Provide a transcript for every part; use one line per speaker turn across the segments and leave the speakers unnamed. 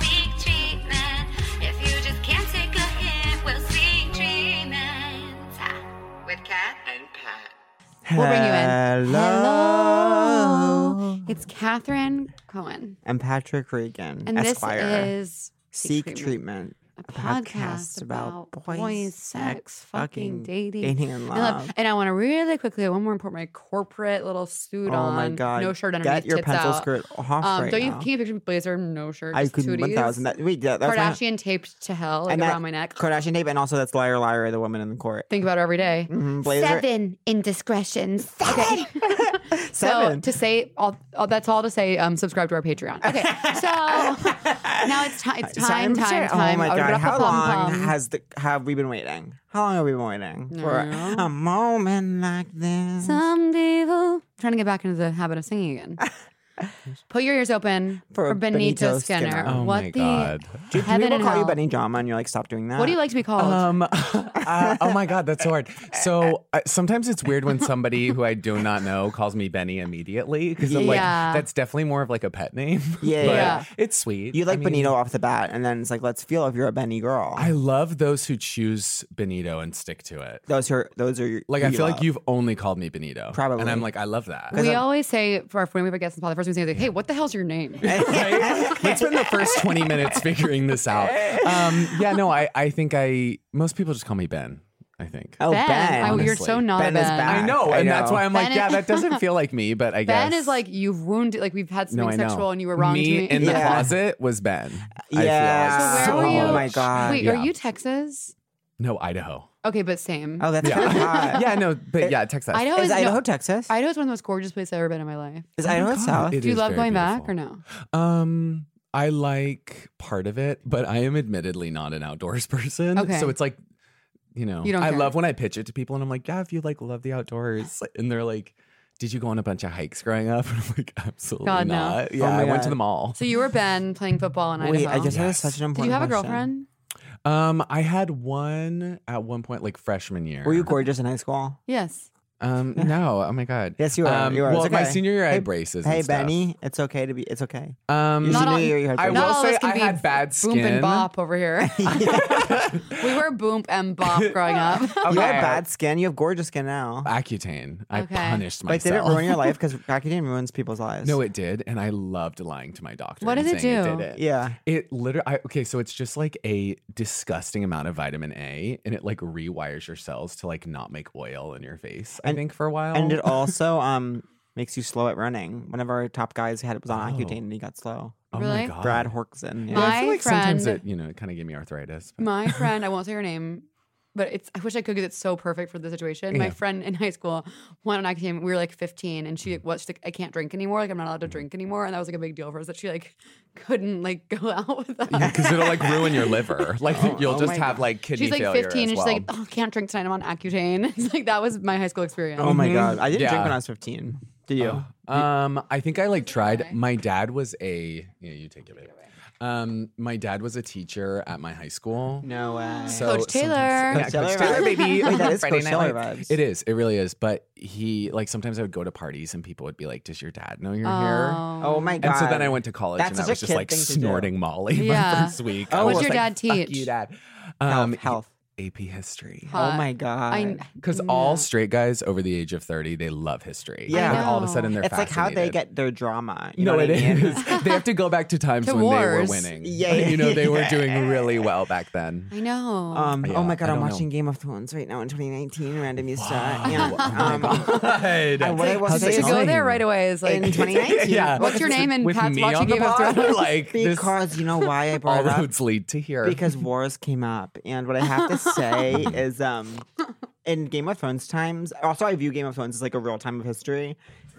Seek treatment if you just can't take a hint. Well, seek treatment Ah, with Cat and Pat.
We'll bring you in.
Hello.
Hello. It's Catherine Cohen.
And Patrick Regan,
And
Esquire.
this is
Seek treatment.
A
a podcast about boys, sex, fucking,
dating,
dating, and
And,
love.
look, and I want to really quickly, one more important, my corporate little suit
oh
on.
my god!
No shirt underneath.
Get your
tits
pencil
out.
skirt off
Um,
right
don't you
now.
can you picture me blazer, no shirt?
I
just
could
tooties?
one thousand. That, wait, that, that's my-
Kardashian taped to hell like,
And that-
around my neck.
Kardashian tape, and also that's liar, liar, the woman in the court.
Think about it every day.
Mhm, blazer.
Seven indiscretions. Seven.
Seven.
So to say all, all that's all to say. Um, subscribe to our Patreon. Okay, so now it's time. It's time. Time. Time.
Oh my
Oh,
god! How long
ra-pa-pum-pum.
has the have we been waiting? How long have we been waiting
I
for
don't know.
a moment like this?
Someday we'll I'm trying to get back into the habit of singing again. Put your ears open for,
For
Benito,
Benito
Skinner.
Skinner.
Oh
what
my
the
god.
Do
heaven
people
and
call you
hell.
Benny Drama and you're like, stop doing that?
What do you like to be called?
Um. uh, oh my god, that's so hard. So uh, sometimes it's weird when somebody who I do not know calls me Benny immediately because I'm like,
Yeah.
that's definitely more of like a pet name.
Yeah,
but
yeah.
It's sweet.
You like
I mean,
Benito off the bat, and then it's like, let's feel if you're a Benny girl.
I love those who choose Benito and stick to it.
those are those are your,
Like
who
I feel like
love.
you've only called me Benito,
Probably.
and I'm like, I love that.
we always say for our when we have a guest on the pod, the first thing we say is like, "Hey, what the hell's your name?"
right? Let's spend the first 20 minutes figuring this out. Um, yeah, no, I, I think I, most people just call me Ben, I think.
Oh, Ben,
I- you're
honestly.
so not a
Ben is back.
I know,
I
and that's
know.
why I'm
Ben
like,
is-
yeah, that doesn't feel like me, but I guess.
Ben is like you've wounded, like we've had
no,
something
I know.
sexual and you were wrong
Me
to me.
in the
Yeah.
closet was Ben. I feel
Yeah.
Where
so
were you?
Oh
much.
my god.
Wait,
Yeah.
are you Texas?
No, Idaho.
Okay, but same.
Oh, that's
Yeah.
really hot.
yeah, no, but yeah, Texas.
Idaho
Is
is,
Idaho
no,
Texas?
Idaho's one of the most gorgeous places I've ever been in my life.
is
Oh my
Idaho
God,
South?
it
Do you
is
love
very
going back
beautiful.
or no?
Um, I like part of it, but I am admittedly not an outdoors person.
Okay.
So it's like, you know,
You don't
I
care.
love when I pitch it to people and I'm like, yeah, if you like love the outdoors. And they're like, did you go on a bunch of hikes growing up? And I'm like, absolutely
God, no.
not.
Oh
Yeah,
my
I went
God.
to the mall.
So you were Ben playing football in Idaho.
Wait, I just had
Yes.
such an
Did
important.
you have a
question.
girlfriend?
Um, I had one at one point, like freshman year.
Were you gorgeous in high school?
Yes.
Um, no. Oh my God.
Yes, you were.
Um,
You were. It's
Well, my
okay.
senior year, I
Hey-
had braces. and
Hey,
stuff.
Benny, it's okay to be. It's okay.
Um,
Your
Not
senior
all-
year, you had
I
braces.
Not
will
all of
say
us can
I
be
had bad
Boomp and
skin.
bop over here. we were boomp and bop growing up.
You had bad skin. You have gorgeous skin now.
Accutane. I
Okay.
punished
Like,
myself.
did it ruin your life? Because Accutane ruins people's lives.
No, it did, and I loved lying to my doctor.
What
and
does it
saying
do?
did it.
Yeah.
It literally. I, okay, so it's just like a disgusting amount of vitamin A, and it like rewires your cells to like not make oil in your face. I
And-
think for a while.
And it also um makes you slow at running. One of our top guys had was on
Oh.
Accutane and he got slow.
oh
Really?
my god,
Brad Horkson. Yeah.
Yeah, I
My
feel like sometimes
friend-
it, you know, it kind of gave me arthritis. but-
My friend, I won't say her name, but it's I wish I could because it's so perfect for the situation. My
Yeah.
friend in high school went on Accutane. We were like 15, and she was like, I can't drink anymore. Like I'm not allowed to
Mm.
drink anymore, and that was like a big deal for us that she like couldn't like go out with us.
Yeah, because it'll like ruin your liver. Like you'll
oh
just
my
have like kidney
She's like
failure
15
as
and she's
well.
like, oh, can't drink tonight. I'm on Accutane. It's like that was my high school experience.
Oh my
Mhm.
god. I didn't drink
Yeah.
when I was fifteen. Do you?
Um, I think I like tried. My dad was a. Yeah, you take it. babe. Um, my dad was a teacher at my high school.
No way.
So
Coach
sometimes-
Taylor.
Yeah,
Coach
Coach
Taylor
Taylor,
vibes.
baby.
Wait, that is
Friday
Coach
Night
Taylor
Lights.
vibes.
It is. It really is. But he like sometimes I would go to parties and people would be like, "Does your dad know you're here?"
Oh.
oh my god.
And so then I went to college
That's
and I
such a
was just
kid
like
thing to do.
snorting Molly
Yeah.
my first week.
Oh,
I
What'd
was
your
like,
dad
"Fuck
teach?"
you, dad.
health.
Um,
health.
AP history.
Oh
Hot.
my god.
I,
Because all straight guys over the age of 30, they love history.
Yeah. I
And all of a
know.
sudden they're
it's like how they
fascinated.
get their drama. You
no,
know
it
what I mean?
is. they have to go back to times
To
when
wars.
they were winning.
Yeah, yeah,
you know, they were
yeah.
doing really well back then.
I know.
Um,
Yeah,
oh my god,
I
I'm
don't know.
watching Game of Thrones right now in 2019. Random you
Wow.
start. Yeah.
Oh my
um,
God.
I- what I will
How's
say
it
to
is-
go
going?
there right away is like
in 2019.
Yeah.
What's your name? And
With
Pat's
me
watching
on the
Game of
pod?
Thrones.
like, this-
Because you know why I
all
brought it up
roads lead to here.
because wars came up and what i have to say is um in game of thrones times also i view game of thrones as like a real time of history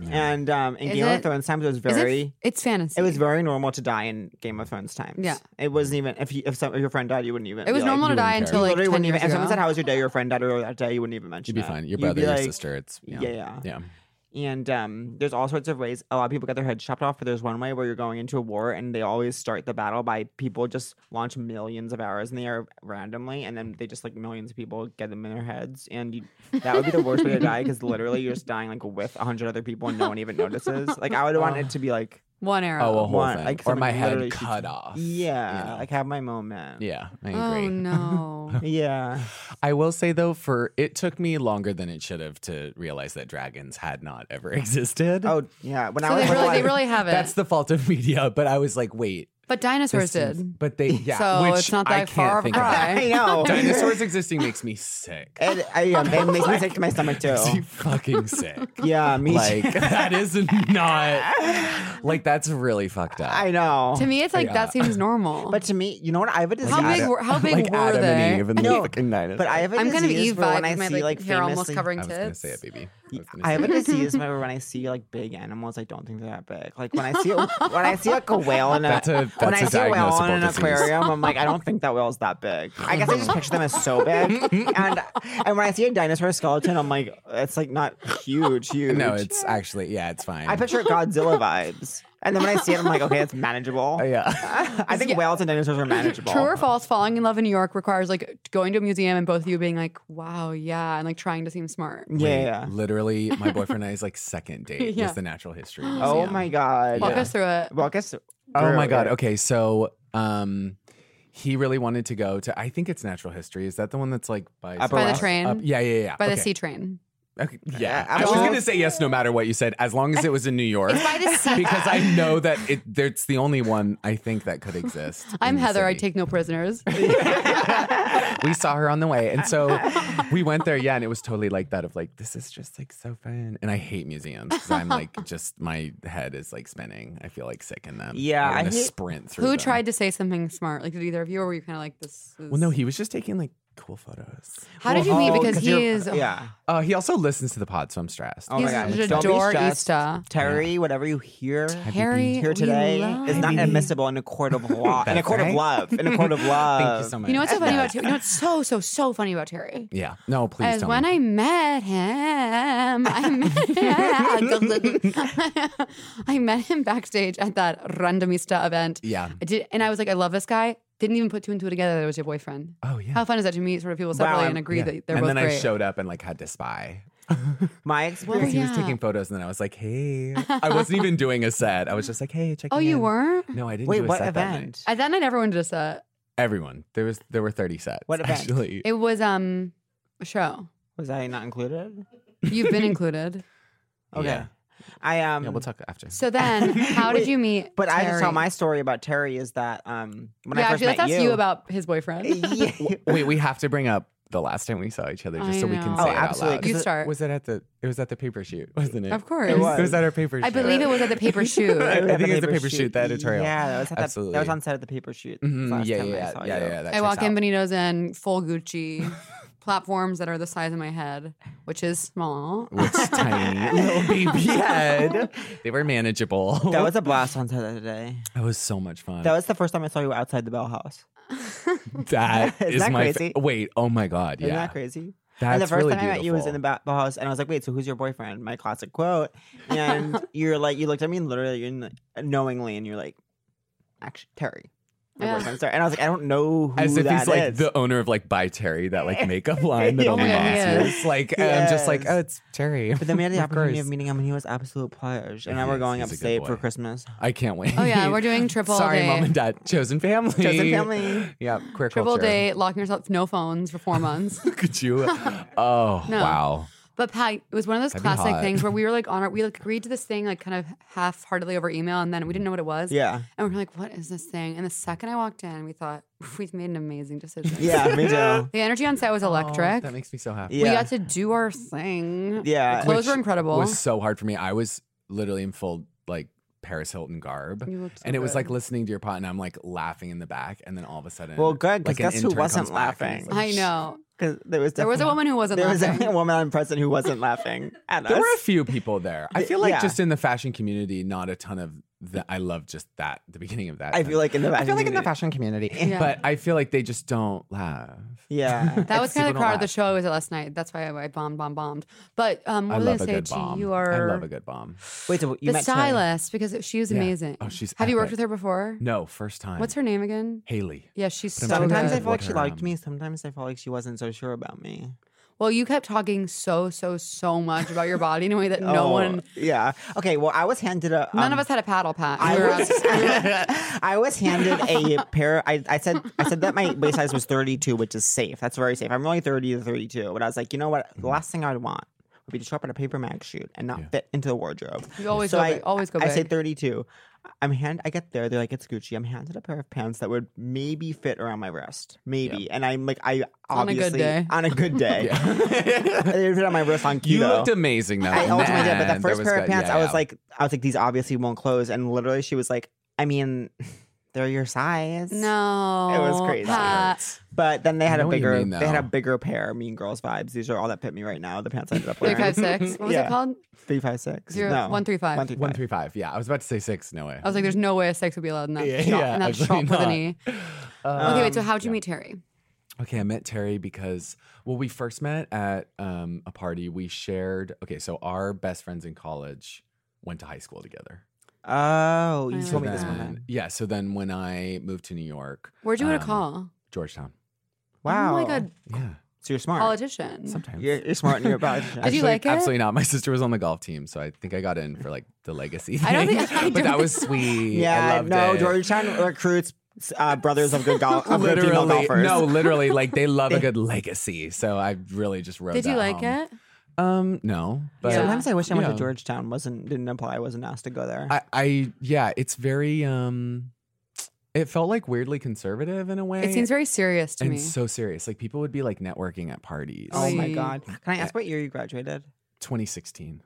And um, in
Is
Game
it-
of Thrones times, it was
Is it f-
very.
it's fantasy.
It was very normal to die in Game of Thrones times.
Yeah.
It wasn't even if you, if, some, if your friend died, you wouldn't even.
It was
be like-
normal to
you
die
wouldn't care.
You
until like
literally
10
wouldn't
years
even. If someone
ago.
said, "How was your day?" Your friend died earlier that day. You wouldn't even mention.
You'd be
it.
fine. Your
uh, You'd
brother,
be
your
like-
sister. It's yeah.
Yeah, yeah. Uh,
yeah.
And um, there's all sorts of ways. A lot of people get their heads chopped off, but there's one way where you're going into a war, and they always start the battle by people just launch millions of arrows in the air randomly, and then they just like millions of people get them in their heads, and you, that would be the worst way to die because literally you're just dying like with a hundred other people, and no one even notices. Like I would want it to be like,
one arrow.
Oh, a whole
One-
thing.
like
or
someone
my head
literally shoots
cut off. you
yeah,
know?
like have my moment.
yeah. I agree.
Oh no.
yeah.
I will say though, for it took me longer than it should have to realize that dragons had not ever existed.
Oh yeah. When I
so
was
they really,
little, I-
they really have it.
that's the fault of media. But I was like, wait,
but
this
dinosaurs
seems-
did.
But they, yeah,
So
which
it's not
I
that
can't
far of a
think
cry.
about.
I know
Dinosaurs existing makes me sick.
It, I, yeah, it makes me sick to my stomach too.
Makes me fucking sick.
Yeah, me
like
too.
that is not like that's really fucked up.
I know.
To me, it's like that
Yeah.
seems normal.
But to me, you know what? I have a disease.
how big? Were, how big
like
were
Adam
they?
and Eve and the
No,
fucking dinosaurs.
But I have a
I'm
disease
kind of Eve
where when
vibe
I
with my
see
like,
like
hair almost
famously-
I
covering
was
tits.
gonna say it, baby. I was gonna
I
say
have a
it.
disease where when I see like big animals, I don't think they're that big. Like when I see when I see like a whale in a,
That's a-
when
that's
I
a
see a whale in
diagnosable
an
disease.
aquarium, I'm like, I don't think that whale's that big. I guess I just picture them as so big. And and when I see a dinosaur skeleton, I'm like, it's like not huge, huge.
No, it's actually yeah, it's fine.
I picture Godzilla vibes. And then when I see it, I'm like, okay, it's manageable.
Oh, yeah.
I think whales and dinosaurs are manageable.
True or false? Falling in love in New York requires like going to a museum and both of you being like, "Wow, yeah," and like trying to seem smart.
Yeah, yeah. yeah.
Literally, my boyfriend and I's like second date
Yeah.
was the Natural History.
Oh
Museum.
my god.
Walk
Yeah.
us through it.
Walk us.
Oh my
through
god.
it.
Okay, so um, he really wanted to go to. I think it's Natural History. Is that the one that's like by
Upper
By the
West.
train.
Up- yeah, yeah, yeah.
By the
Okay.
sea train.
Okay,
Yeah,
Yeah, I was
Upper
gonna
West.
say yes no matter what you said, as long as it was in New York.
It's by the sea.
because I know that it, it's the only one I think that could exist.
I'm
in the
Heather. I
city.
take no prisoners.
we saw her on the way. And so we went there, yeah, and it was totally like that of like, this is just like so fun. And I hate museums because I'm like just my head is like spinning. I feel like sick in them.
Yeah,
I
I
want to
hate-
sprint through.
Who
them.
tried to say something smart? Like did either of you, or were you kind of like this? Is...
Well, no, he was just taking like cool photos.
How did you meet?
Oh,
Because he
you're-
is.
Yeah.
Uh, he also listens to the pod, so I'm stressed.
Oh
He's
my god.
just
Don't be
adore
stressed.
Easter.
Terry, whatever you hear
Harry,
here
we
today
love
is not
you.
admissible in a court of law. in a
That's
court of
right.
love. In a court of love.
Thank you so much.
You know what's so funny about Terry? You know what's so so so funny about Terry?
Yeah. No, please
As
tell
when
me.
I met him, I met him. I met him backstage at that Randomista event.
Yeah.
I did, and I was like, I love this guy. Didn't even put two and two together that it was your boyfriend.
Oh yeah.
How fun is that to meet sort of people separately
I'm-
and agree
Yeah.
that they're
and
both
then
great? Oh,
I showed up and like had to spy.
My
Because
experience.
he was
yeah.
taking photos, and then I was like, "Hey!" I wasn't even doing a set. I was just like, "Hey, check."
oh, you weren't?
No, I didn't.
Wait,
do a
what
set that night.
event?
At that night, everyone did a set.
Everyone. There was there were thirty sets.
What event?
Actually,
It was um a show.
Was I not included?
You've been included.
Okay.
Yeah.
I um
yeah, we'll talk after.
So then, how did
Wait,
you meet?
But I have to tell
Terry?
my story about Terry is that um when
yeah,
I first
actually, let's
met
ask you. about his boyfriend.
yeah.
Wait, we have to bring up the last time we saw each other, just
I
so we
know.
can say
Oh,
it
absolutely,
out
you
'cause
loud.
it-
start.
Was it at the? It was at the paper shoot, wasn't it?
Of course.
It was,
was.
it was at our paper.
I
shoot.
believe it was at the paper shoot.
I
At
think it was the paper shoot, the editorial.
Yeah, that was, at the,
Absolutely.
that was on set of the paper shoot.
Mhm,
last
yeah,
time I
yeah,
saw
yeah, yeah,
you.
yeah. That
I
checks
walk in
out.
Benitos in full Gucci platforms that are the size of my head, which is small.
with tiny little baby head. They were manageable.
That was a blast on set the other day.
That was so much fun.
That was the first time I saw you outside the Bell House.
that
Isn't
is
that
my fa-
crazy?
wait. Oh my god! Yeah,
Isn't that crazy?
That's
and the first
really
time I met you was in the
beautiful.
Bell Bell House, and I was like, "Wait, so who's your boyfriend?" My classic quote. And you're like, you looked at me and literally and knowingly, and you're like, "Actually, Terry, my
Yeah.
boyfriend's Terry." And I was like, "I don't know who
As if
that
he's like
is."
the owner of like by Terry, that like makeup line that
Yeah.
only
Oh my
moms
God, he
use.
is.
Like
He
I'm just like,
is.
oh, it's Terry.
But then we had the
Of
opportunity of
course.
meeting him, and he was absolute pledge. And now
He
we're
is.
going
He's a good
upstate for
boy.
Christmas.
I can't wait.
Oh yeah, we're doing triple
Sorry,
date.
mom and dad. Chosen family.
Chosen family.
Yeah, queer
Triple
culture.
date, locking yourself, no phones for four months.
Could you? Oh
No.
wow.
But Pat, it was one of those
That'd be
classic
hot.
things where we were like on our, we like agreed to this thing like kind of half heartedly over email, and then we didn't know what it was.
Yeah,
And we we're like, what is this thing? And the second I walked in, we thought we've made an amazing decision.
yeah, me too.
The energy on set was
Oh,
electric.
that makes me so happy.
we
Yeah.
got to do our thing.
Yeah.
The clothes were
Which
incredible.
was so hard for me. I was literally in full like Paris Hilton garb.
You looked so
and it was
good.
like listening to your pot, and I'm like laughing in the back, and then all of a sudden,
Well, good, 'cause
an
guess who
intern
wasn't
comes back
laughing?
and is
I know.
because there was
There was a
definitely-
woman who wasn't
there was
laughing.
definitely a woman on present who wasn't laughing at
There
us.
were a few people there. I
Th-
feel like
yeah.
just in the fashion community, not a ton of that. I love just that the beginning of that.
I feel like in the
I feel like in the
fashion
fashion community,
Yeah.
but I feel like they just don't laugh.
Yeah.
That was kind of the
People don't
crowd of the
laugh.
show I was at last night. That's why I, I bombed, bombed, bombed. But um, what
I
was I
love a
gonna
good
say to
bomb.
you?
I
Are
love a good bomb.
wait, so you
the
met Terry.
stylist because she was
Yeah.
amazing.
Oh, she's
Have you worked
epic.
with her before?
No, first time.
What's her name again?
Haley.
Yeah, she's
But I'm
so
trying to
Sometimes
think
I
good.
felt
of
like
what
she
her,
liked
um,
me. Sometimes I felt like she wasn't so sure about me.
Well, you kept talking so, so, so much about your body in a way that no
Oh,
one,
Yeah. Okay. Well, I was handed a.
none of
um,
us had a paddle pat.
I
We were
was,
asked-
I was handed a pair. I, I said I said that my waist size was 32, which is safe. That's very safe. I'm really 30 to 32. But I was like, you know what? The last thing I'd want would be to show up at a paper mag shoot and not
Yeah.
fit into the wardrobe.
You always
so
go
I,
big, always go
I say
big.
32. I'm hand. I get there. They're like, it's Gucci. I'm handed a pair of pants that would maybe fit around my wrist, maybe. And I'm like, I
On a good
obviously
day.
on a good day.
Yeah.
They fit on my wrist on keto.
you looked amazing though.
I ultimately did, but the
Man, that
first
was
pair of
good.
pants,
Yeah,
I was
yeah.
like, I was like, these obviously won't close. And literally, she was like, I mean, they're your size.
no.
it was crazy.
Uh,
Pat.
But then they had a
I know what you
bigger,
mean,
they had a
though.
bigger pair. Mean Girls vibes. These are all that fit me right now. The pants I ended up
Three
wearing.
five six. What was it
Yeah.
called?
Three five six.
Zero
No.
one three five.
One, three,
one
five.
three five. Yeah, I was about to say six. No way.
I was like, there's no way a sex would be allowed in that
Yeah,
shop,
yeah,
in that shop
absolutely
with an
not.
E.
Uh,
Okay, wait, so how'd you meet Terry?
Okay, I met Terry because well, we first met at um, a party. We shared. Okay, so our best friends in college went to high school together.
Oh, you
I
told me
like
this one
that.
time.
Yeah. So then when I moved to New York,
Where'd you go to
um,
call?
Georgetown.
Wow.
Oh my god,
Yeah.
So you're smart.
politician.
Sometimes.
You're, you're smart and you're about.
Did you
Actually,
like it?
Absolutely not. My sister was on the golf team, so I think I got in for like the legacy.
I don't
thing.
think- I
but
don't
that was
think-
sweet. I
Yeah.
loved
no,
it.
Georgetown recruits uh, brothers of good golf. Of good female
Literally,
golfers.
no, literally, like they love a good legacy. So I really just wrote.
Did you like it?
Um, no, but
Yeah.
Sometimes I wish I went
Yeah.
to Georgetown. wasn't didn't apply. wasn't asked to go there.
I, I yeah, it's very um it felt like weirdly conservative in a way.
It seems very serious to
and
me.
so serious. Like people would be like networking at parties.
oh my
Oy.
god! Can I ask what year you graduated?
2016.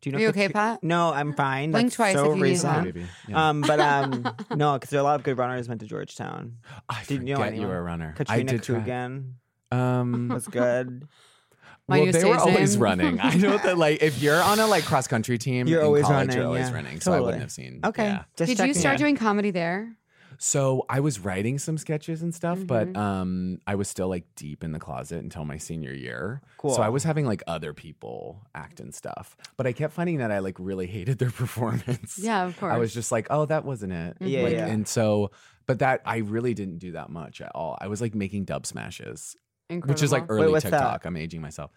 Do you know?
Are you
if the
okay,
tr-
Pat?
No, I'm fine.
Blink
That's
twice
so
if you need
Sorry,
help.
recent.
baby. Yeah.
Um, but um, no, because there are a lot of good runners went to Georgetown.
I
did you know
forget you
anyone?
were a runner. I
Katrina
did try.
Coogan
Um,
was good.
My
well,
new
they were
stage
always
name.
running. I know that like if you're on a like cross country team,
You're
in
always
college,
running,
You're always
yeah.
running. So I
Totally.
wouldn't have seen.
Okay.
Yeah.
Just
Did you
checking.
start doing comedy there?
So I was writing some sketches and stuff,
Mm-hmm.
but um, I was still like deep in the closet until my senior year. So I
Cool.
was having like other people act and stuff, but I kept finding that I like really hated their performance.
Yeah, of course.
I was just like, oh, that wasn't it.
Yeah,
Like,
Mm-hmm. yeah.
And so, but that I really didn't do that much at all. I was like making dub smashes,
Incredible.
which is like early
Uh-huh. what's that?
TikTok. I'm aging myself.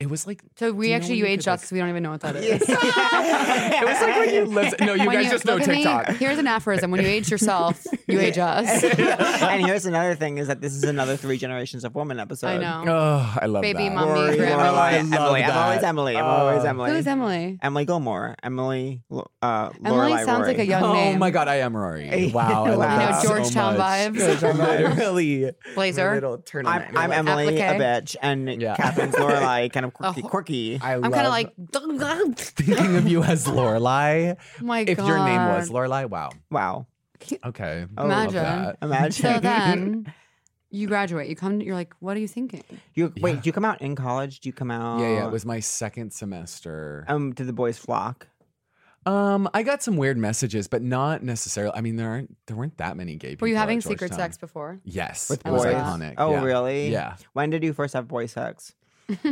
It was like
So
Do
we
you know
actually
when
you
you
aged us
could, like-
because we don't even know what that is.
it
it was like when you listen. No, you
When
guys just know
look at me,
TikTok.
here's an aphorism: when you age yourself, you age us.
and here's another thing: is that this is another three generations of woman episode.
I know.
Oh, I love
Baby
that.
mom. Mommy,
Rory,
grandma.
Lorelai,
I
Emily.
love
I'm always
that.
Emily. I'm
Oh.
always Emily.
Who's Emily?
Emily Gilmore. Emily. Lo- Uh,
Emily
Lorelai
sounds like
Rory.
a young
oh
name.
my god, I am Rory. Wow, I love
Wow.
that
You know,
so
Georgetown
much.
vibes.
Georgetown
vibes.
Literally,
Blazer.
My little turtleneck.
I'm, I'm Emily,
Applique.
a bitch, and
Yeah.
Catherine's Lorelai, kind of quirky.
Oh.
quirky.
I
I'm kind of
love
like, oh
thinking of you as Lorelai.
my god.
if your name was Lorelai, wow.
Wow.
Okay,
Oh,
I love
Imagine.
that.
Imagine.
So then you graduate. You come. You're like, what are you thinking?
you wait.
Yeah.
Do you come out in college? Do you come out?
Yeah, yeah. It was my second semester.
Um, did the boys flock? Oh.
Um, I got some weird messages, but not necessarily. I mean, there aren't there weren't that many gay people.
Were you
at
having secret
Georgetown.
sex before?
Yes,
With
it was
boys?
iconic.
Oh,
yeah.
really?
Yeah.
When did you first have boy sex?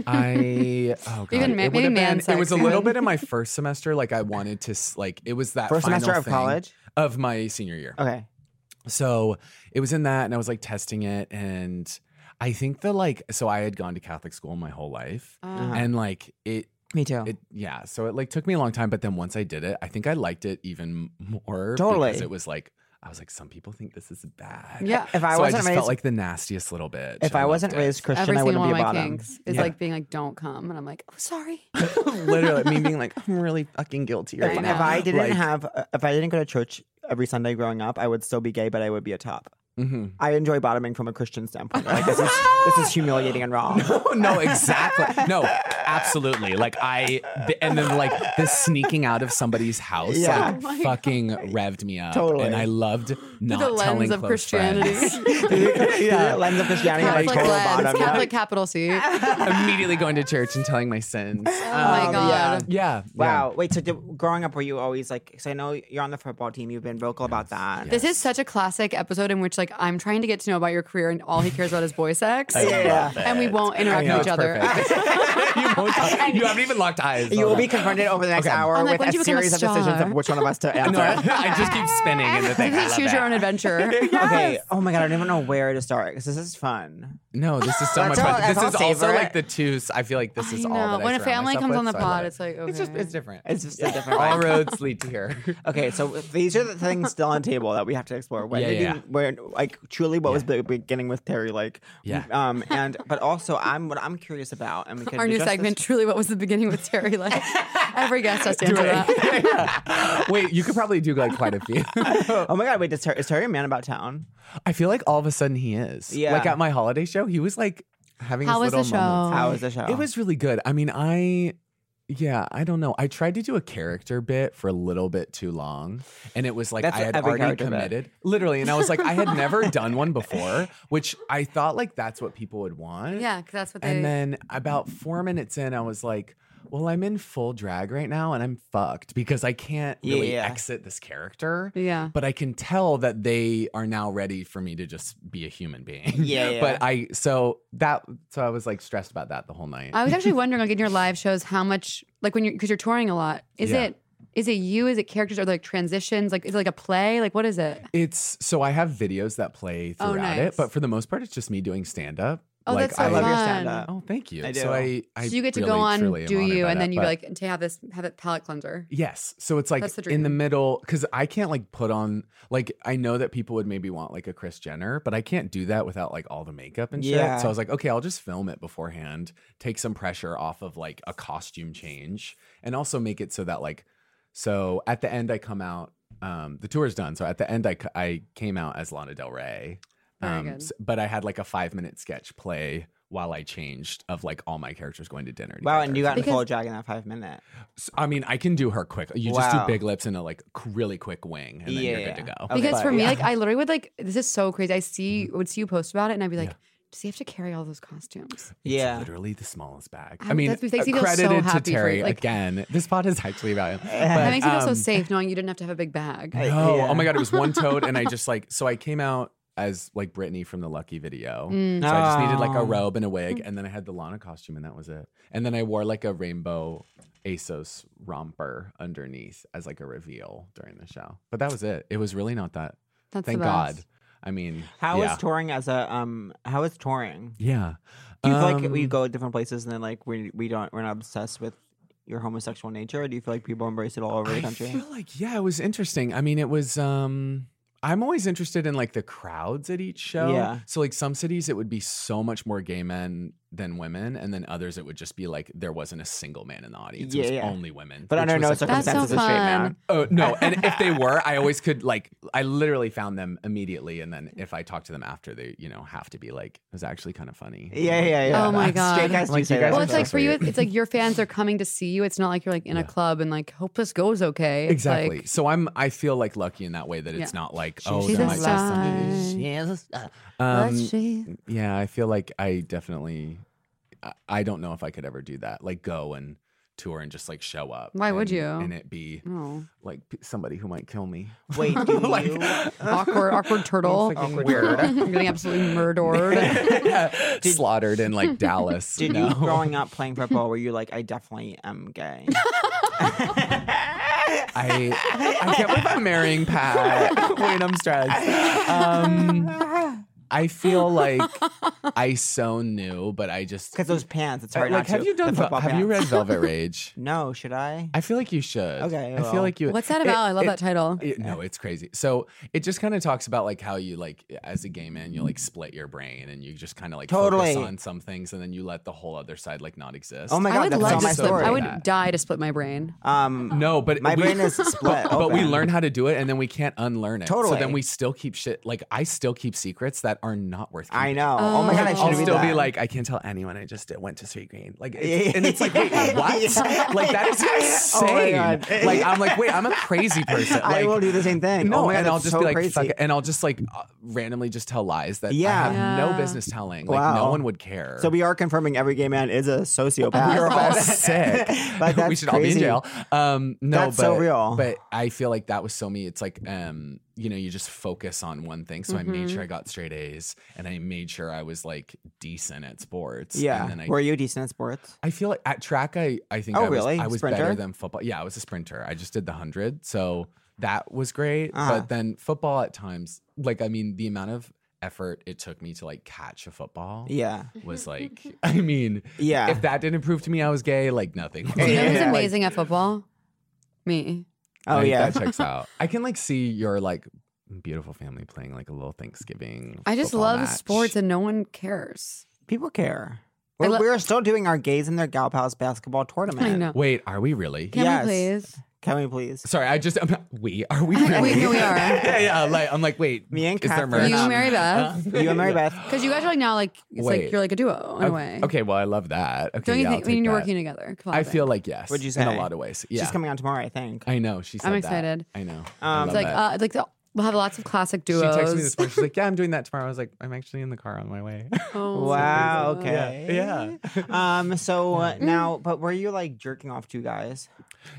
I oh god,
Even ma-
it would
maybe
have
man
been- It was a
sex
little
even.
bit in my first semester. Like I wanted to s- like it was that
First
final
semester of
thing
college.
of my senior year.
Okay.
So it was in that, and I was like testing it, and I think the like so I had gone to Catholic school my whole life,
Uh,
and like it
Me too.
it yeah so it like took me a long time but then once i did it i think i liked it even more
Totally.
because it was like i was like some people think this is bad
yeah.
if I
so i
wasn't
just
raised,
felt like the nastiest little bitch
if
I
I
loved
wasn't
it.
raised Christian,
Every
I wouldn't
single one
be
of
a
my
bottom.
kinks is
um, Yeah.
like being like, don't come, and I'm like, oh, sorry.
literally me being like i'm really fucking guilty
If,
right
if
now
I didn't
Like-
have, if I didn't go to church every Sunday growing up, I would still be gay, but I would be a top.
Mhm.
I enjoy bottoming from a Christian standpoint. Like this is this is humiliating and wrong.
Oh, no exactly no absolutely like i th- and then like the sneaking out of somebody's house
Yeah. Oh
like fucking revved me up
Totally.
and i loved not
the lens
telling
of
close
Christianity.
yeah,
friends. Yeah.
lens of Christianity, like
Catholic
total
lens,
bottom.
Catholic capital C. Oh
Immediately going to church and telling my sins.
my
Um, yeah.
god.
Yeah.
Wow. Wait. So, did, growing up, were you always like? Because I know you're on the football team. You've been vocal about that.
This is such a classic episode in which, like, I'm trying to get to know about your career, and all he cares about is boy sex.
Yeah.
And we won't interact
know,
with each
it's
other.
perfect. you, won't talk- you haven't even locked eyes.
You will
Hold
be
on.
confronted over the next
Okay.
hour
I'm like,
with
when did
a
you become a
series of decisions
star?
of which one of us to
No, I,
answer.
I just keep spinning in the thing. I
Please
love
choose your
it.
own adventure.
Okay. Oh my god, I don't even know where to start because this is fun.
No, this is so
That's
much
all-
fun.
that's
This
all
is also
favorite.
like the two. I feel like this is
I
all.
know.
That I
when a
surround
family
myself
comes
with,
on the
so I love
pod,
it.
it's like okay.
It's just it's different.
It's just a different.
all
vibe.
roads lead to here.
Okay, so these are the things still on table that we have to explore. When
Yeah,
did
yeah,
you-
yeah.
Where, like, truly, what was the beginning with Terry like?
Yeah.
Um, and but also, I'm what I'm curious about, and we can
Our new
address this-
segment, truly, what was the beginning with Terry like? Every guest has to answer that.
Yeah. Wait, you could probably do like quite a few.
Oh my god, wait, does Terry, is Terry a man about town?
I feel like all of a sudden he is.
Yeah.
Like at my holiday show, he was like having
How
his
was the
little moments.
show?
How was the show?
It was really good. I mean, I yeah, I don't know. I tried to do a character bit for a little bit too long, and it was like
That's
I had
every
already
character bit.
committed, literally, and I was like, I had never done one before, which I thought like that's what people would want.
Yeah, because that's what they.
And then about four minutes in, I was like, well, I'm in full drag right now and I'm fucked because I can't really
Yeah.
exit this character.
Yeah.
But I can tell that they are now ready for me to just be a human being.
Yeah, yeah.
But I, so that, so I was like stressed about that the whole night.
I was actually wondering, like in your live shows, how much, like when you're, because you're touring a lot, is
Yeah.
it, is it you? Is it characters? Are there like transitions? Like, is it like a play? Like, what is it?
It's so I have videos that play
Oh,
throughout
nice.
it, but for the most part, it's just me doing stand up.
Oh, that's so
I love your
fun.
stand up.
Oh, thank you.
I do.
So I, I
so you get to go
really,
on,
truly am
do
honored
you,
by
and
that,
then you
but-
like to have this, have it palate cleanser.
Yes. So it's like
That's the
in the
dream.
middle because I can't like put on like I know that people would maybe want like a Chris Jenner, but I can't do that without like all the makeup and shit.
Yeah.
So I was like, okay, I'll just film it beforehand, take some pressure off of like a costume change, and also make it so that like so at the end I come out. Um, the tour's done. So at the end I c- I came out as Lana Del Rey.
Very
um,
good.
s- but I had like a five minute sketch play while I changed of like all my characters going to dinner.
Wow,
together.
and you got in
Because-
full drag in that five minute.
S- I mean, I can do her quick. You
Wow.
just do big lips and a like c- really quick wing, and then you're
Yeah.
good to go.
Okay.
Because for
But-
me,
yeah.
like I literally would like this is so crazy. I see
Mm-hmm.
would see you post about it, and I'd be like, does he have to carry all those costumes?
It's
Yeah.
literally the smallest bag.
I-
I, mean,
that makes me
uh,
feel so
credited to
happy for
Terry
you, like-
again. This pod is actually about him. But,
that makes me feel so
um,
safe knowing you didn't have to have a big bag.
I-
No,
Eh. Yeah.
oh my god, it was one tote, and I just like so I came out as like Brittany from the Lucky video.
Mm.
So I just needed like a
Oh.
robe and a wig, and then I had the Lana costume, and that was it. And then I wore like a rainbow ASOS romper underneath as like a reveal during the show. But that was it. It was really not that
That's
Thank
the best.
God. I mean,
How is
yeah.
touring as a um? How is touring?
yeah.
Do you feel like we
Um,
go to different places and then like we we don't we're not obsessed with your homosexual nature? Or do you feel like people embrace it all over the country?
I feel like yeah, it was interesting. I mean, it was. um I'm always interested in like the crowds at each show.
Yeah.
So like some cities, it would be so much more gay men than women, and then others, it would just be like there wasn't a single man in the audience.
Yeah,
it was
yeah.
only women.
but
which
under
was,
no
like,
That's so
circumstances a straight man.
Oh no! And if they were, I always could like I literally found them immediately, and then if I talked to them after, they you know have to be like it was actually kind of funny.
Yeah, yeah, yeah.
Oh my
Straight
God.
guys do
Like, you
say
guys
that.
Well,
are
it's
so
like for you,
sweet.
it's like your fans are coming to see you. It's not like you're like in a
Yeah.
club and like hope this goes okay. It's
Exactly.
Like,
so I'm I feel like lucky in that way that it's
Yeah.
not like oh
She's
there
a
might be somebody.
star.
Um,
what's she?
yeah, I feel like I definitely I, I don't know if I could ever do that. Like go and tour and just like show up.
Why would
and-
you?
And it be
Oh,
like p- somebody who might kill me.
Wait, do you?
awkward, awkward turtle.
fucking
Awkward
oh, weird.
turtle.
I'm getting absolutely murdered.
Slaughtered in like Dallas.
Did
no.
you growing up playing football? Were you like, I definitely am gay?
I I can't believe I'm marrying Pat. Wait, I'm stressed. Um, I feel like I so knew, but I just
Because those pants, it's hard
Uh, like
not
have
to.
you done
the football
have you read
pants.
Velvet Rage?
No, should I?
I feel like you should.
Okay,
I
well.
feel like you.
What's that
it-
about? I love
it- oh
that title.
it- no, it's crazy. So it just kind of talks about like how you like as a gay man, you like split your brain and you just kind of like
Totally.
focus on some things and then you let the whole other side like not exist.
Oh my
I
god,
would
that's
love
all
to
my
split.
story.
I would
Yeah.
die to split my brain.
Um,
No, but
My
we-
brain is split
But, but we
open.
learn how to do it, and then we can't unlearn it. So
Totally.
then we still keep shit. Like I still keep secrets that are not worth.
I
keeping.
know. Oh, my god, I
Oh.
should
I'll
have
still be like, I can't tell anyone. I just went to Sweet Green. Like, it's,
Yeah.
and it's like, wait, what?
Yeah.
Like that is
Oh my
insane.
God.
like I'm like, wait, I'm a crazy person.
I
Like,
will do the same thing.
No,
oh my god,
and I'll
that's
just
so
be like,
crazy.
fuck it, and I'll just like uh, randomly just tell lies that
Yeah.
I have
Yeah.
no business telling. Like
Wow.
no one would care.
So we are confirming every gay man is a sociopath.
we are all
But-
sick.
but that's
we should all be
crazy.
in jail. Um, no,
That's
but
so real.
But I feel like that was so me. It's like, um, you know, you just focus on one thing. So I made
Mm-hmm.
Mhm.
sure I got straight A's, and I made sure I was like decent at sports.
Yeah.
and then I
Were you decent at sports?
I feel like at track, I I think
Oh,
I was,
really?
I was
Sprinter?
better than football. Yeah, I was a sprinter. I just did the hundred, so that was great.
Uh-huh.
But then football at times, like I mean, the amount of effort it took me to like catch a football
Yeah.
was like, I mean,
Yeah.
if that didn't prove to me I was gay, like nothing.
Yeah,
Do you know who's
yeah, like-
amazing at football? Me.
oh
Like,
yeah.
that checks out. I can like see your like beautiful family playing like a little Thanksgiving.
I just
football
love
match.
sports and no one cares.
People care. We're,
I lo-
we're still doing our gays and their gal pals basketball tournament.
I know.
Wait, are we really?
Can
Yes.
we please?
Can we please?
Sorry, I just I'm not, we are we
We-
really?
we are.
yeah, yeah, like, I'm like, wait,
Me and
is there
Catherine.
merch?
You, Mary Beth.
Huh?
You and Mary Beth.
Because you guys are like now like it's like
Wait.
you're like a duo in a way.
Okay, well, I love that. Okay,
Don't you
yeah, I'll
think? I mean,
take
you're
that.
working together.
I feel like yes.
What'd you
In
say?
a lot of ways. Yeah.
She's coming on tomorrow, I think.
I know. She said
I'm
that.
excited.
I know.
Um,
I
it's
love
like
it.
uh, like the, we'll have lots of classic
she
duos.
texted me this morning. She's like, "Yeah, I'm doing that tomorrow." I was like, "I'm actually in the car on my way."
Oh,
Wow.
yeah.
Okay.
Yeah.
Um. So uh, now, but were you like jerking off two guys?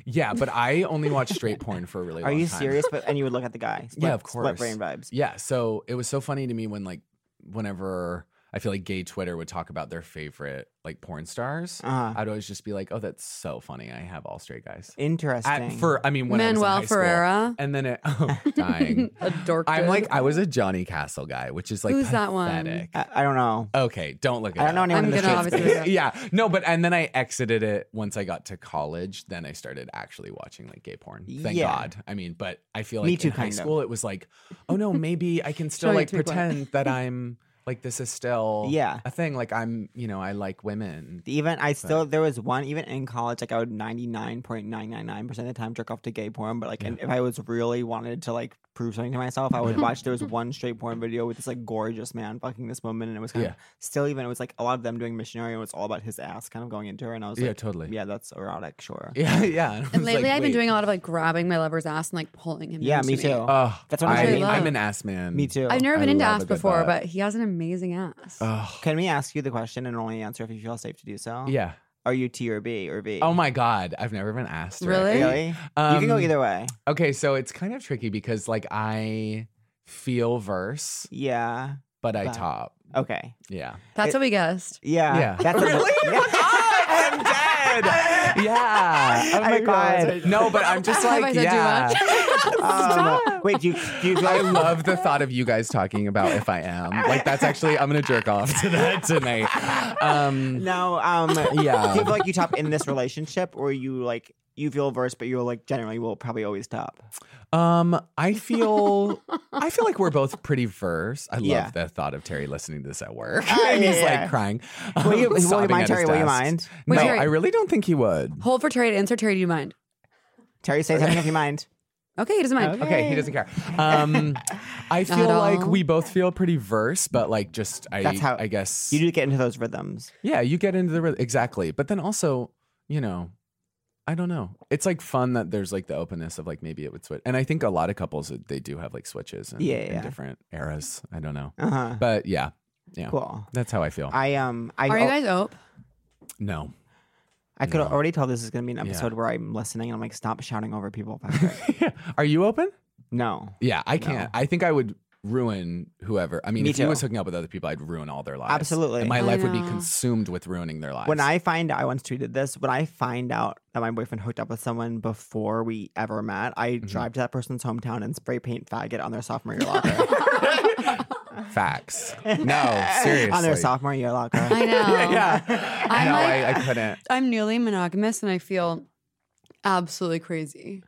yeah, but I only watched straight porn for a really.
Are
long
you
time.
serious? But and you would look at the guy. Split,
Yeah, of
Split brain vibes.
Yeah. So it was so funny to me when like whenever I feel like gay Twitter would talk about their favorite like porn stars,
Uh,
I'd always just be like, "Oh, that's so funny. I have all straight guys."
interesting.
At, for I mean, when I
Manuel
was in high school.
Ferreira.
and then it oh, dying.
a dork.
I'm
dude.
like I was a Johnny Castle guy, which is like
Who's that one?
pathetic.
I, I don't know.
Okay, don't look. It
I don't know
up.
anyone
I'm
in the
gonna
straight
obviously-
space.
anyone.
yeah, no, but and then I exited it once I got to college. Then I started actually watching like gay porn. Thank
Yeah.
God. I mean, but I feel like
Me too,
in high
kind of.
school it was like, oh no, maybe I can still
Show you
like
to me, Gwen.
pretend that I'm like this is still
Yeah.
a thing. Like I'm you know I like women.
Even I still there was one even in college like I would ninety nine point nine nine nine percent of the time jerk off to gay porn, but like
Yeah.
if I was really wanted to like prove something to myself, I would watch there was one straight porn video with this like gorgeous man fucking this woman, and it was kind of
Yeah.
still even it was like a lot of them doing missionary, and it was all about his ass kind of going into her, and I was
Yeah,
like,
totally.
yeah, that's erotic, sure.
Yeah, yeah. And, I
And
was
lately,
like,
I've been
wait.
doing a lot of like grabbing my lover's ass and like pulling him.
Yeah,
into
me too.
Ugh,
That's what I'm
I,
saying. Really
I'm
love.
an ass man.
Me too.
I've never been
I
into
love
ass
a good Uh,
before,
butt.
but he has an amazing ass.
Ugh.
Can we ask you the question and only answer if you feel safe to do so?
yeah.
Are you T or B or V?
Oh my god, I've never been asked.
Really?
directly.
Really? you can go
Um,
either way.
Okay, so it's kind of tricky because like I feel verse,
Yeah.
but Uh, I
But-
top.
Okay.
Yeah.
That's
It-
what we guessed.
Yeah.
Yeah.
That's a-
Really?
Yeah.
I'm dead. Yeah. Oh
I
my
realized
god. No, but I'm just
Have
like
I said too
yeah.
Um, wait, do you, do you
I
guys
love the thought of you guys talking about if I am. Like that's actually I'm gonna jerk off to that tonight. Um
No, um,
Yeah.
Do you feel like you top in this relationship, or you like you feel versed, but you're like generally will probably always top?
um I feel I feel like we're both pretty verse. I love
Yeah.
the thought of Terry listening to this at work.
Oh,
and he's
yeah, yeah.
like crying.
Will you, will you
sobbing
mind,
at
Terry?
his
Will you
desk.
mind?
Wait,
no,
Terry-
I really don't think he would.
Hold for Terry to answer. Terry, do you mind?
Terry, say something if you mind.
Okay, he doesn't mind.
Okay, he doesn't care. Um, I
Not
feel
at
like
all.
we both feel pretty verse, but like just I,
That's how-
I guess.
You do get into those rhythms.
yeah, you get into the rhythm exactly, but then also, you know, I don't know. It's like fun that there's like the openness of like maybe it would switch, and I think a lot of couples uh, they do have like switches and,
Yeah,
and
yeah.
different eras. I don't know,
Uh huh.
but yeah, yeah,
Cool.
that's how I feel.
I um I
Oh.
Are you guys ope?
no,
I could
No.
already tell this is gonna be an
Yeah.
episode where I'm listening and I'm like, stop shouting over people. Patrick."
are you open?
no,
Yeah, I can't. I think I would ruin whoever. I mean,
Me
if he
too.
was hooking up with other people, I'd ruin all their lives.
Absolutely.
and my
I
life would be
know.
consumed with ruining their lives.
when I find out, I once tweeted this. When I find out that my boyfriend hooked up with someone before we ever met, I
Mm-hmm.
drive to that person's hometown and spray paint faggot on their sophomore year locker.
Facts. No, seriously.
on their sophomore year locker.
I know.
Yeah.
I'm
no,
like-
I, I couldn't.
I'm newly monogamous and I feel absolutely crazy.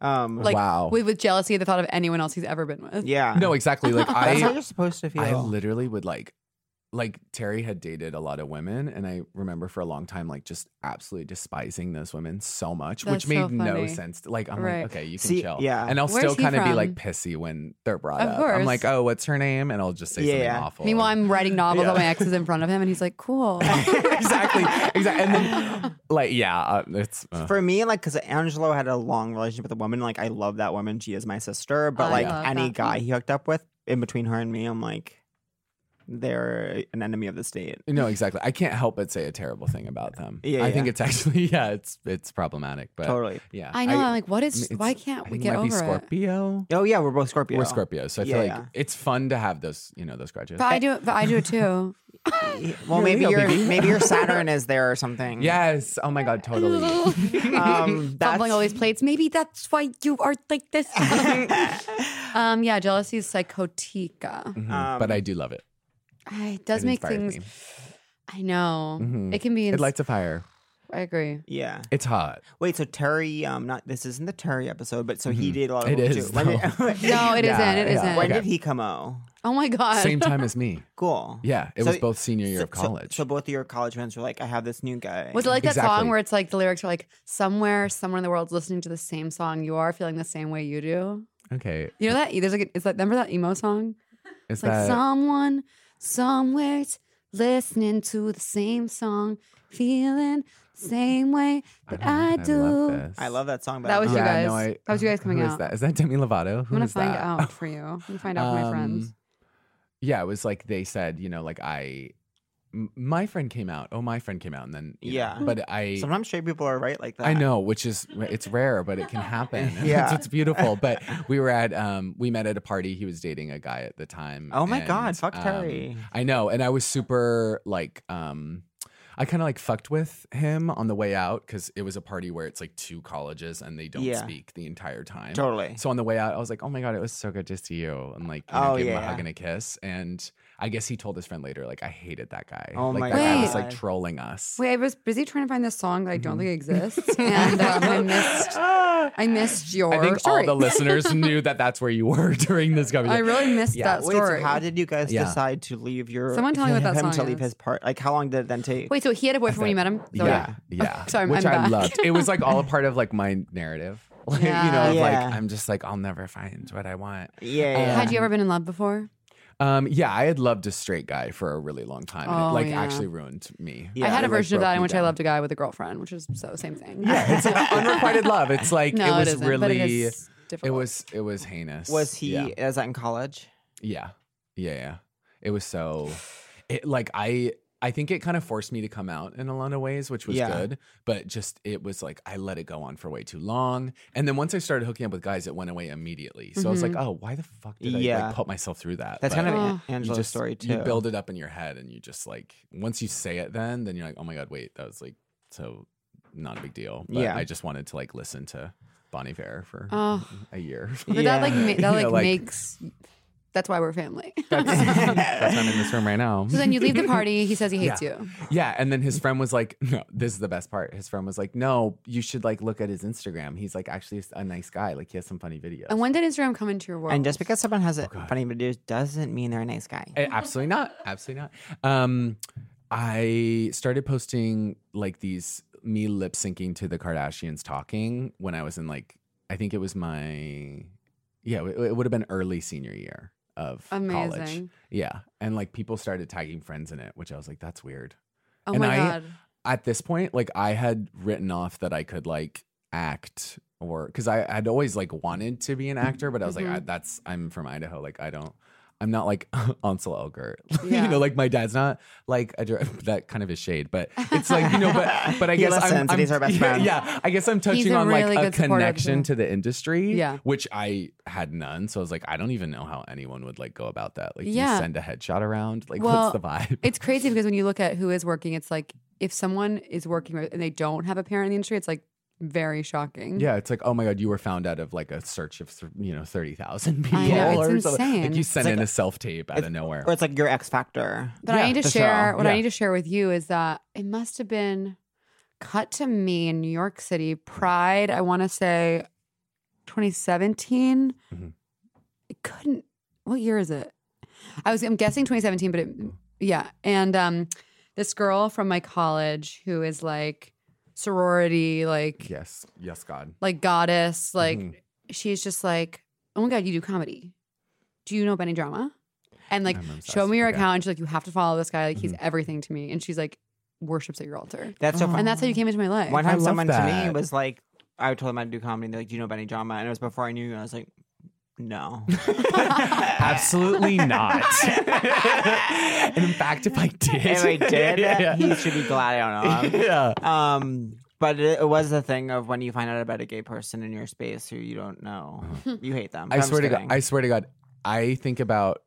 Um,
Like
Wow.
with, with jealousy at the thought of anyone else he's ever been with.
yeah,
No, exactly. Like
That's how
I,
you're supposed to feel.
I literally would like like Terry had dated a lot of women, and I remember for a long time, like just absolutely despising those women so much,
That's
which made
so
no
funny.
sense. to- Like I'm
Right.
like, okay, you can
See,
chill,
yeah.
and I'll
Where's
still
he
kind of be like
from?
pissy when they're brought
Of
up. I'm like,
course.
oh, what's her name? And I'll just say something
Yeah.
awful.
Meanwhile,
and-
I'm writing novels
Yeah.
while my ex is in front of him, and he's like, "Cool."
exactly, exactly. And then, like, yeah, uh, it's uh,
For me, like, because Angelo had a long relationship with a woman, like, I love that woman. She is my sister. But,
I
like,
love
any
that.
guy he hooked up with in between her and me, I'm like, they're an enemy of the state.
no, exactly. I can't help but say a terrible thing about them.
Yeah,
I think
yeah.
it's actually yeah, it's it's problematic, but
Totally.
yeah,
I know. I, am like, what
I mean,
is?
it's-
Why
I
can't we
think it
get
might be
over it?
Scorpio?
Oh, yeah, we're both Scorpio.
We're Scorpio, so I
Yeah,
feel like
yeah.
it's fun to have those, you know, those grudges.
But I do. But I do it too.
Well,
You're
maybe
Leo,
your
baby.
maybe your Saturn is there or something.
yes. Oh my god, totally.
Um, that's,
Fumbling all these plates. Maybe that's why you are like this. um. Yeah. Jealousy is psychotica.
Mhm. but
Um,
I do love it.
I, Ah, it does
It
make
inspires
things.
me.
I know.
Mhm.
It can be.
It
Ins-
lights a fire.
I agree.
Yeah.
It's hot.
Wait. So Terry, um, not this isn't the Terry episode, but so he did a lot of
Mm-hmm. It
work
is,
too. When did,
No, it
Yeah,
not It
yeah.
not
when
Okay.
did he come out?
Oh my god.
Same time as me.
Cool.
Yeah, it
So-
was both senior year
so-
of college.
So, so both of your college friends were like, "I have this new guy."
Was it like that
Exactly.
song where it's like the lyrics are like somewhere, someone in the world's listening to the same song you are, feeling the same way you do.
okay,
You know that e, there's like it's like remember that emo song?
is
Like
that
someone somewhere's listening to the same song, feeling the same way that
don't know
I,
if
do.
love this.
I love that song. But
That
I
was
don't
you
know.
Yeah,
guys.
no, I-
That was you guys
who
coming
is
out.
that? Is that Demi Lovato?
I'm
Who
gonna
is
find
that?
out for you. I'm gonna find out for my friends.
Um, Yeah, it was like they said, you know, like I, m- my friend came out. Oh, my friend came out, and then you know,
Yeah.
but I.
Sometimes straight people are right like that.
I know, which is it's rare, but it can happen.
Yeah.
it's, it's beautiful. But we were at um we met at a party. He was dating a guy at the time.
Oh my God,
and,
fuck
um,
Terry.
I know, and I was super like um I kind of like fucked with him on the way out because it was a party where it's like two colleges and they don't
Yeah.
speak the entire time.
Totally.
So on the way out, I was like, "Oh my god, it was so good to see you," and like, you know,
Oh,
give him a
yeah.
hug and a kiss. And I guess he told his friend later, like, "I hated that guy.
Oh
like,
my
that guy was
God.
like trolling us."
Wait, I was busy trying to find this song that I don't think
Mm-hmm.
exists, and um, I missed.
Ah.
I missed your.
I think
story.
all the listeners knew that that's where you were during this
I
conversation.
really missed
Yeah.
that
Wait. So
story.
how did you guys
Yeah.
decide to leave your?
Someone tell me what that
him to
song
leave his
is.
part. Like, how long did it then take?
Wait, so he had a boyfriend when you met him? Is that what-
yeah, yeah.
Sorry, I'm-
which
I'm
I
back.
loved. It was like all a part of like my narrative. Like, you
Yeah.
know, of,
Yeah.
like I'm just like I'll never find what I want.
Yeah. yeah.
Had you ever been in love before?
Um, yeah, I had loved a straight guy for a really long time, and
Oh,
it like
yeah.
actually ruined me.
Yeah.
I had a
It, like,
version of
broke
that in
me
which I
down.
loved a guy with a girlfriend, which is so same thing.
Yeah, it's like unrequited love. It's like
no,
it was
isn't,
really
But it, is
It
difficult.
was it was heinous.
Was he?
Yeah.
Is that in college?
Yeah. Yeah. yeah. It was so it like I I think it kind of forced me to come out in a lot of ways, which was
Yeah.
good. But just it was like I let it go on for way too long. And then once I started hooking up with guys, it went away immediately. So I was like, oh, why the fuck did I
Mm-hmm. Yeah.
like, put myself through that?
That's
But
kind of
Oh.
An-
you
Angela's
just-
story too.
You build it up in your head and you just like once you say it then, then you're like, Oh my god, wait, that was like so not a big deal. But
Yeah.
I just wanted to like listen to Bonnie Vare for
Oh.
a year.
But that like
Yeah.
ma- that
You
like,
know, like-
makes. That's why we're family.
That's why I'm in this room right now.
so then you leave the party. He says he hates
Yeah.
you.
Yeah, and then his friend was like, "No, this is the best part." His friend was like, "No, you should like look at his Instagram. He's like actually a nice guy. Like he has some funny videos."
And when did Instagram come into your world?
And just because someone has a
Oh, God.
funny videos doesn't mean they're a nice guy.
Eh, absolutely not. Absolutely not. Um, I started posting like these me lip syncing to the Kardashians talking when I was in like I think it was my yeah it, it would have been early senior year of college.
amazing.
Yeah, and like people started tagging friends in it, which I was like, "That's weird."
Oh
And
my
I-
god.
at this point, like I had written off that I could like act or because I had always like wanted to be an actor, but I was like, I,
Mhm.
that's I'm from Idaho. Like I don't, I'm not like Ansel Elgort.
Yeah.
you know, like my dad's not like a dir- that kind of is shade, but it's like you know, but but I
He
guess
listens
I'm,
and
I'm
he's our best friend.
Yeah, I guess I'm touching
a
on
really
like a
good supporter of
connection
you.
to the industry,
Yeah.
which I had none. So I was like, I don't even know how anyone would like go about that. Like, do
Yeah.
you send a headshot around. Like,
Well,
what's the vibe?
It's crazy because when you look at who is working, it's like if someone is working with- and they don't have a parent in the industry, it's like very
Mm-hmm.
shocking.
Yeah, it's like, oh my god, you were found out of like a search of th- you know thirty thousand people
I know,
or
it's
something. Like
insane.
you sent
It's
in
like-
a self tape out of nowhere.
Or it's like your X Factor.
But I
Yeah,
need to
for
share
sure.
what I
Yeah.
need to share with you is that it must have been cut to me in New York City, Pride, I want to say 2017.
Mhm.
It couldn't, what year is it? I was, I'm guessing 2017, but it Yeah. And um this girl from my college who is like sorority, like
Yes. Yes, God.
like goddess, like
Mhm.
she's just like, Oh my god, you do comedy. Do you know about any drama? And like
I'm
show
obsessed.
me your
Okay.
account and she's like, You have to follow this guy, like he's
Mm-hmm.
everything to me. And she's like worships at your altar.
That's so
Oh.
fun.
And that's how you came into my life.
One
I
time,
love
someone to me
that.
was like, I told them I do comedy. And they're like, Do you know about any drama? And it was before I knew you. And I was like, No.
Absolutely not. and in fact, if I did,
if I did,
yeah.
he should be glad I don't know.
yeah.
him. Um, but it, it was the thing of when you find out about a gay person in your space who you don't know, you hate them.
Uh-huh. I
I'm
swear to
just
God.
kidding.
I swear to God. I think about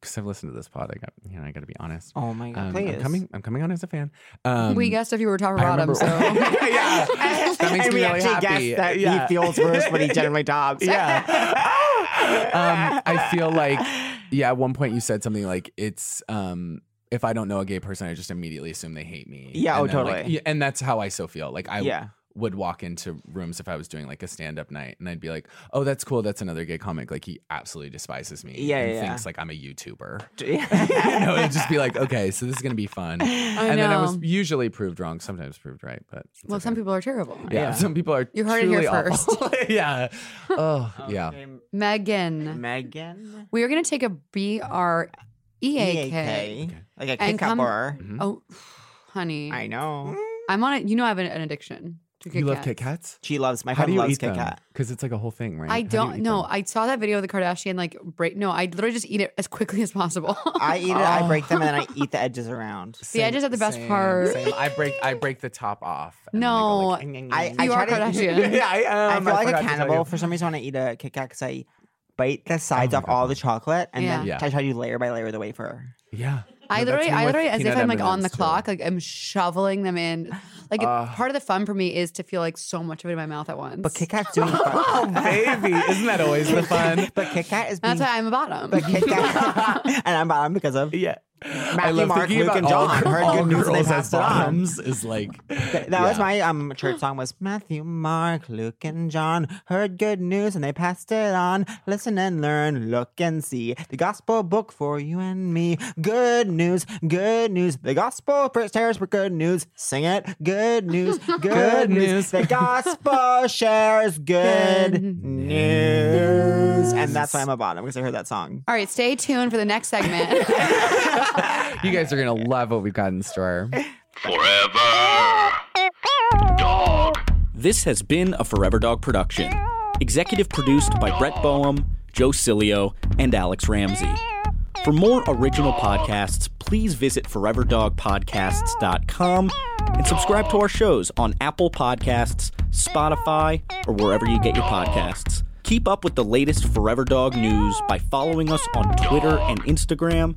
because I've listened to this pod. I got you know. I got to be honest.
Oh my God.
Um,
please.
I'm coming. I'm coming on as a fan. Um,
we guessed if you were top or
I
bottom,
remember-
so
yeah, that makes
and
me
we
really
actually
happy.
guessed that
Yeah.
he feels worse when he generally dobs.
um, I feel like, yeah, at one point you said something like, it's, um, if I don't know a gay person, I just immediately assume they hate me.
Yeah,
And
oh,
then, like,
totally.
yeah, and that's how I so feel. Like, I
Yeah.
would walk into rooms if I was doing like a stand up night and I'd be like, oh, that's cool. That's another gay comic. Like, he absolutely despises me.
Yeah,
And
yeah,
thinks
yeah.
like I'm a YouTuber. you know,
Yeah.
it'd just be like, okay, so this is going to be fun.
I
and
know.
then I was usually proved wrong, sometimes proved right. But it's
well,
okay.
some people are terrible.
Yeah,
Yeah.
some people are.
You heard it here
truly awful. yeah. Oh, yeah.
Megan.
Megan.
We are going to take a B R E A K.
EAK. Like a
And
kick
come-
upper.
Mhm.
Oh, honey.
I know.
I'm on it. You know, I have an, an addiction to Kit
you love
Kats.
Kit Kats?
She loves, my friend loves Kit Kat.
Because it's like a whole thing, right?
I
How do you
don't
eat
know.
them?
I saw that video of the Kardashian like break. No, I literally just eat it as quickly as possible.
I eat it, I
Oh.
break them, and then I eat the edges around.
See, I just had the best part.
Same. I break, I break the top off. and then I go
no,
like-
I, I
You are
try to-
Kardashian.
yeah, I am.
I feel like
forgot
a
to tell
cannibal
you. Oh
for some reason when I eat a Kit Kat because I bite the sides
my
off all the chocolate and then
Yeah.
I try to do layer by layer the wafer.
Yeah.
I
No, that's
literally,
me
I
with
literally, as if
peanut
I'm like on the
M&Ms, too. Ah.
clock, like I'm shoveling them in. Like it-
Ugh.
part of the fun for me is to feel like so much of it in my mouth at once.
But Kit Kat's doing fun.
Oh,
Baby, isn't that always the fun?
but Kit Kat is being
that's why I'm a bottom.
but Kit Kat and I'm bottom because of
Yeah. I
Matthew,
love
Mark,
thinking
Luke,
about
and
all-
John. Heard
all
good news and they
girls as
passed it on.
bottoms is like
Th- that was my um church song was Matthew, Mark, Luke, and John heard good news and they passed it on. Listen and learn, look and see the gospel book for you and me. Good news, good news. The gospel shares for good news. Sing it. Good news, good, news.
news.
The gospel shares good
Good
news. And that's why I'm a bottom because I heard that song.
All right, stay tuned for the next segment.
You guys are gonna love what we've got in store.
Forever. Dog.
This has been a Forever Dog production. Executive produced by Brett Boehm, Joe Cilio, and Alex Ramsey. For more original podcasts, please visit foreverdogpodcasts.com and subscribe to our shows on Apple Podcasts, Spotify, or wherever you get your podcasts. Keep up with the latest Forever Dog news by following us on Twitter and Instagram